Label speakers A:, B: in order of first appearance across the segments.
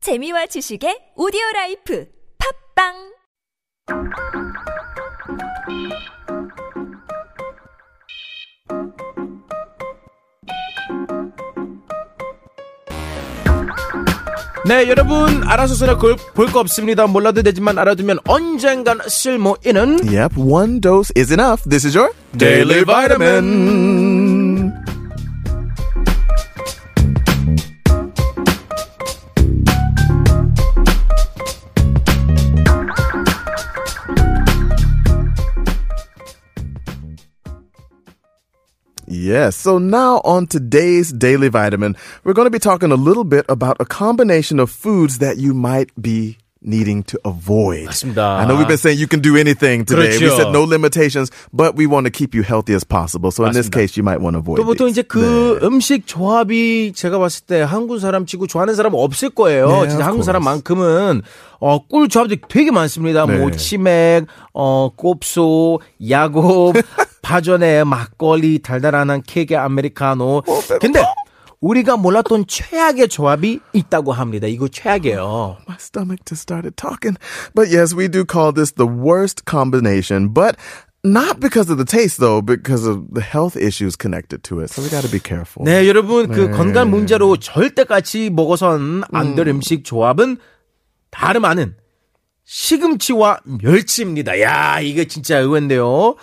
A: 재미와 지식의 오디오 라이프 팝빵
B: 네 여러분 알아서서는 볼거 없습니다 몰라도 되지만 알아두면 언젠간 쓸모 있는
C: Yep, one dose is enough. This is your
B: Daily
C: vitamin. Yes, so now on today's Daily Vitamin, we're going to be talking a little bit about a combination of foods that you might be needing to avoid.
B: 맞습니다.
C: I know we've been saying you can do anything today. We
B: 그렇죠.
C: said no limitations, but we want to keep you healthy as possible. So in this
B: 맞습니다.
C: case, you might want to avoid.
B: 또 보통
C: these.
B: 이제 그
C: 네.
B: 음식 조합이 제가 봤을 때 한국 사람 치고 좋아하는 사람 없을 거예요.
C: 네,
B: 진짜
C: of
B: 한국
C: course.
B: 사람만큼은 어, 꿀 조합이 되게 많습니다.
C: 네.
B: 뭐 치맥, 어, 곱소, 야곱, 파전에 막걸리, 달달한 한 케이크
C: 어,
B: 아메리카노. 근데 우리가 몰랐던 최악의 조합이 있다고 합니다. 이거 최악이에요.
C: My stomach just started talking. But yes, we do call this the worst combination, but not because of the taste though, because of the health issues connected to it. So we got to be careful.
B: 네, 여러분 그 건강 문제로 절대같이 먹어선 안 될 음. 식 조합은 다름 아닌 시금치와 멸치입니다. 야, 이게 진짜 의외인데요.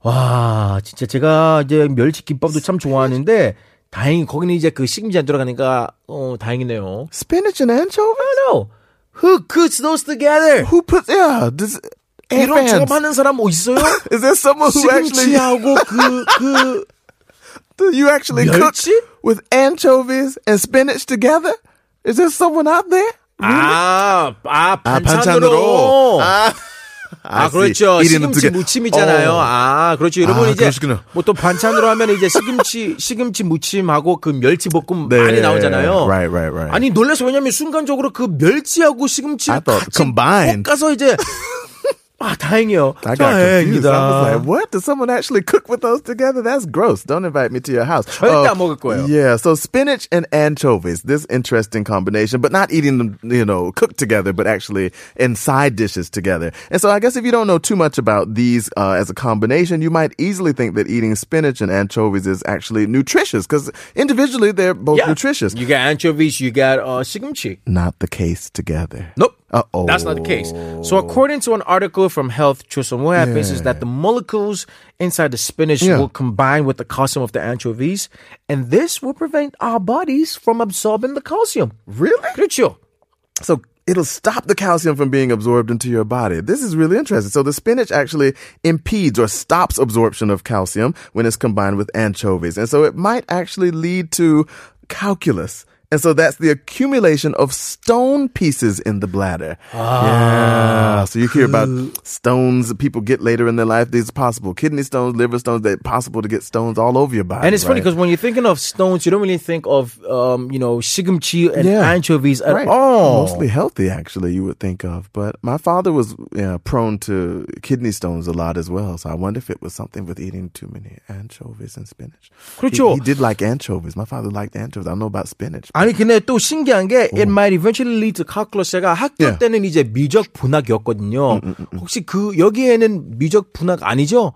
B: 와, 진짜 제가 이제 멸치 김밥도 참 좋아하는데 다행히 거기는 이제 그 시금치 안 들어가니까 어 다행이네요.
C: Spinach and anchovy?
B: No, who cooks those together?
C: Who puts, yeah, this, air
B: 이런
C: fans.
B: 조합하는 사람 뭐 있어요?
C: Is there someone who actually,
B: 시금치하고 그 그,
C: you actually cook
B: 멸치?
C: with anchovies and spinach together? Is there someone out there?
B: 아, 아,
C: 아,
B: 반찬으로.
C: 반찬으로. 아,
B: 아,
C: I see.
B: 그렇죠.
C: 이름은 두
B: 시금치
C: 개.
B: 무침이잖아요.
C: 어.
B: 아, 그렇죠. 여러분
C: 아,
B: 이제
C: 그러시구나.
B: 보통 반찬으로 하면 이제 시금치 시금치 무침하고 그 멸치 볶음
C: 네.
B: 많이 나오잖아요.
C: Right, right, right.
B: 아니 놀라서 왜냐면 순간적으로 그 멸치하고 시금치를
C: I thought
B: 같이
C: combined.
B: 볶아서 이제 아, 다행이요.
C: I got confused. I was
B: 다행이다.
C: like, "What? Does someone actually cook with those together? That's gross. Don't invite me to your house." Uh,
B: 절대 안 먹을 거예요.
C: Yeah. So spinach and anchovies. This interesting combination, but not eating them, you know, cooked together, but actually in side dishes together. And so, I guess if you don't know too much about these uh, as a combination, you might easily think that eating spinach and anchovies is actually nutritious because individually they're both
B: Yeah.
C: nutritious.
B: You got anchovies, you got uh, 시금치. 어.
C: Not the case together.
B: Nope.
C: Uh-oh.
B: That's not the case. So, according to an article from Health Chosun, what happens is that the molecules inside the spinach
C: Yeah.
B: will combine with the calcium of the anchovies, and this will prevent our bodies from absorbing the calcium.
C: Really?
B: 그렇죠.
C: So it'll stop the calcium from being absorbed into your body. This is really interesting. So the spinach actually impedes or stops absorption of calcium when it's combined with anchovies. And so it might actually lead to calculus. And so that's the accumulation of stone pieces in the bladder.
B: Ah,
C: yeah. So you hear about stones that people get later in their life. These are possible kidney stones, liver stones. They're possible to get stones all over your body.
B: And it's funny
C: right?
B: because when you're thinking of stones, you don't really think of, um, you know, shigemchi and
C: Yeah.
B: anchovies at
C: Right.
B: all.
C: Mostly healthy, actually, you would think of. But my father was yeah, prone to kidney stones a lot as well. So I wonder if it was something with eating too many anchovies and spinach. He-
B: 그렇죠.
C: He, did like anchovies. My father liked anchovies. I don't know about spinach.
B: 아니 근데 또 신기한 게 it might eventually lead to calculus 제가 학교
C: Yeah.
B: 때는 이제 미적 분학이었거든요. 혹시 그 여기에는 미적 분학 아니죠?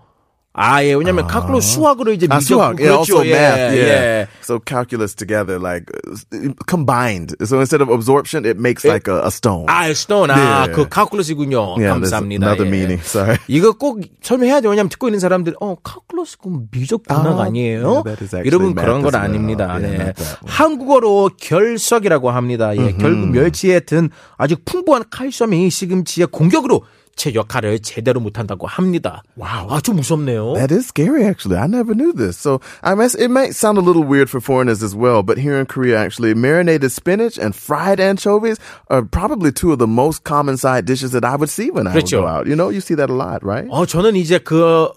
B: 아 예. 왜냐면 calculus 수학으로 이제
C: Ah,
B: 미적
C: suak. Yeah, also
B: 예,
C: math. Yeah.
B: 예.
C: So calculus together, like uh, combined. So instead of absorption, it makes like a, a stone.
B: 아, stone. 아,
C: 네.
B: 그 calculus이군요.
C: yeah, there's
B: 감사합니다.
C: another
B: 예.
C: meaning. Sorry.
B: 이거 꼭 설명해야 돼요. 왜냐면 듣고 있는 사람들, 어, calculus 그건 미적 분학
C: 아,
B: 아, 니에요
C: yeah, that is actually
B: 여러분,
C: math
B: 그런 건
C: as well.
B: 아닙니다.
C: Yeah,
B: 네.
C: not that one.
B: 한국어로 결석이라고 합니다. 예, 결국 멸치에 든 아주 풍부한 칼슘이 시금치의 공격으로 제 역할을 제대로 못한다고 합니다. 와, 아, 좀 무섭네요.
C: That is scary, actually. I never knew this. So I mess, it might sound a little weird for foreigners as well, but here in Korea, actually, marinated spinach and fried anchovies are probably two of the most common side dishes that I would see when I would
B: 그렇죠.
C: go out. You know, you see that a lot, right?
B: 어, 저는 이제 그,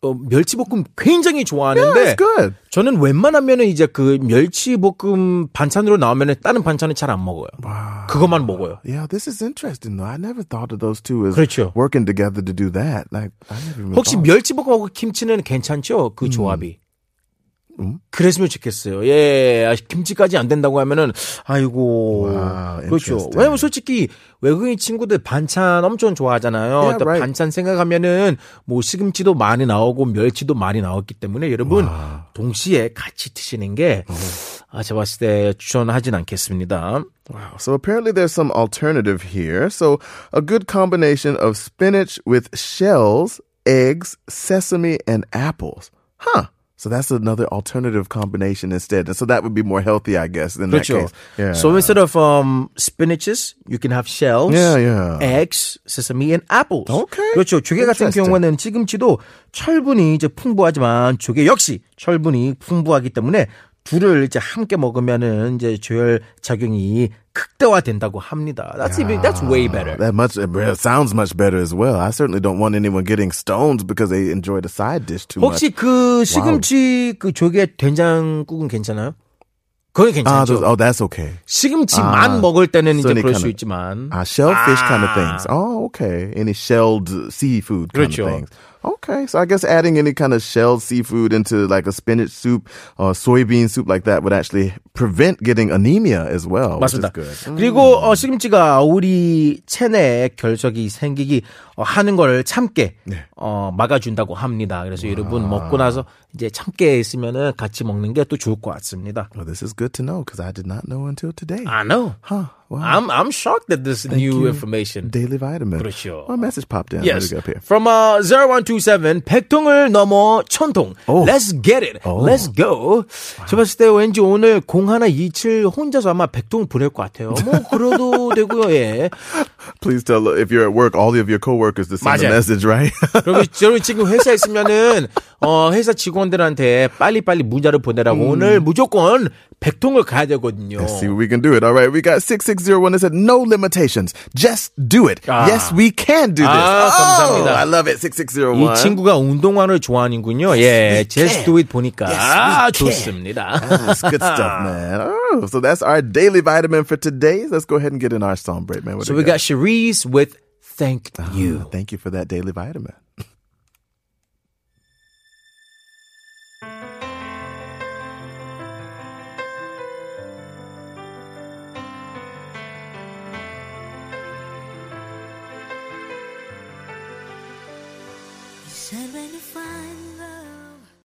B: 어, 멸치볶음 굉장히 좋아하는데.
C: That's good.
B: 저는 웬만하면은 이제 그 멸치볶음 반찬으로 나오면은 다른 반찬은 잘 안 먹어요. 그것만 먹어요.
C: Yeah, this is interesting though. I never thought of those two as
B: 그렇죠.
C: working together to 아. do that. Like, I never even
B: 혹시
C: thought.
B: 멸치볶음하고 김치는 괜찮죠? 그 조합이. 그랬으면 좋겠어요. 예, 아, 김치까지 안 된다고 하면은 아이고
C: 와,
B: 그렇죠.
C: interesting.
B: 왜냐면 솔직히 외국인 친구들 반찬 엄청 좋아하잖아요.
C: Yeah,
B: 일단
C: right.
B: 반찬 생각하면은 뭐 시금치도 많이 나오고 멸치도 많이 나왔기 때문에 여러분 동시에 같이 드시는 게
C: 어.
B: 아, 제가 봤을 때 추천하진 않겠습니다.
C: Wow. So apparently there's some alternative here. So a good combination of spinach with shells, eggs, sesame, and apples. Huh. So that's another alternative combination instead. And so that would be more healthy, I guess, in that
B: 그렇죠.
C: case. Yeah.
B: So instead of um, spinaches, you can have shells,
C: Yeah, yeah.
B: eggs, sesame, and apples.
C: Okay.
B: 그렇죠. 조개 같은
C: Interesting.
B: 경우에는 시금치도 철분이 이제 풍부하지만 조개 역시 철분이 풍부하기 때문에 둘을 이제 함께 먹으면은 이제 조혈 작용이 극대화된다고 합니다. That's even, that's way better.
C: that much it re- sounds much better as well. I certainly don't want anyone getting stones because they enjoyed a side dish too much.
B: 혹시 그 시금치 그 조개 된장국은 괜찮아요? 그건
C: Ah,
B: 괜찮죠.
C: those, oh, that's okay.
B: 시금치만
C: 아,
B: 먹을 때는 이제
C: 쓰니까는.
B: 그럴 수 있지만.
C: Ah, shellfish kind of
B: Ah.
C: things. Oh, okay. Any shelled seafood kind
B: Gotcha.
C: of things. Okay, so I guess adding any kind of shelled seafood into like a spinach soup or soybean soup like that would actually prevent getting anemia as well, which is
B: 맞습니다.
C: good.
B: 그리고 어, 시금치가 우리 체내에 결석이 생기기 어, 하는 걸 참게 어, 막아준다고 합니다. 그래서 여러분 먹고 나서 이제 참게 있으면은 같이 먹는 게 또 좋을 것 같습니다.
C: Well, this is good to know because I did not know until today.
B: I know.
C: Huh. Wow.
B: I'm I'm shocked at this new information.
C: Daily vitamin.
B: 그렇죠.
C: Well, a message popped in.
B: Yes.
C: Let me go up here.
B: From uh, 0127 100통을 넘어 1000통. Let's get it. Let's go. Oh. 저 봤을 때 왠지 오늘 0127 혼자서 아마 100통 보낼 것 같아요. 뭐 그래도 되고요. 예.
C: Please tell if you're at work, all of your coworkers to send
B: 맞아요.
C: a message, right?
B: 그리고 저는 지금 회사에 있으면은 어 회사 직원들한테 빨리빨리 문자를 보내라고 오늘 무조건 100통을 가야 되거든요.
C: Let's see what we can do it. All right, we got 6601 that said no limitations. Just do it.
B: Ah.
C: Yes, we can do this.
B: Ah,
C: oh,
B: 감사합니다.
C: I love it. 6601.
B: 이 친구가 운동화를 좋아하는군요. 예, 제스 두잇 보니까 아, 좋습니다.
C: That's good stuff, man. Oh, so that's our daily vitamin for today. Let's go ahead and get in our song break, man. What
B: So
C: do
B: we got Cherise with Thank
C: 아.
B: You.
C: Thank you for that daily vitamin.
D: You said when you find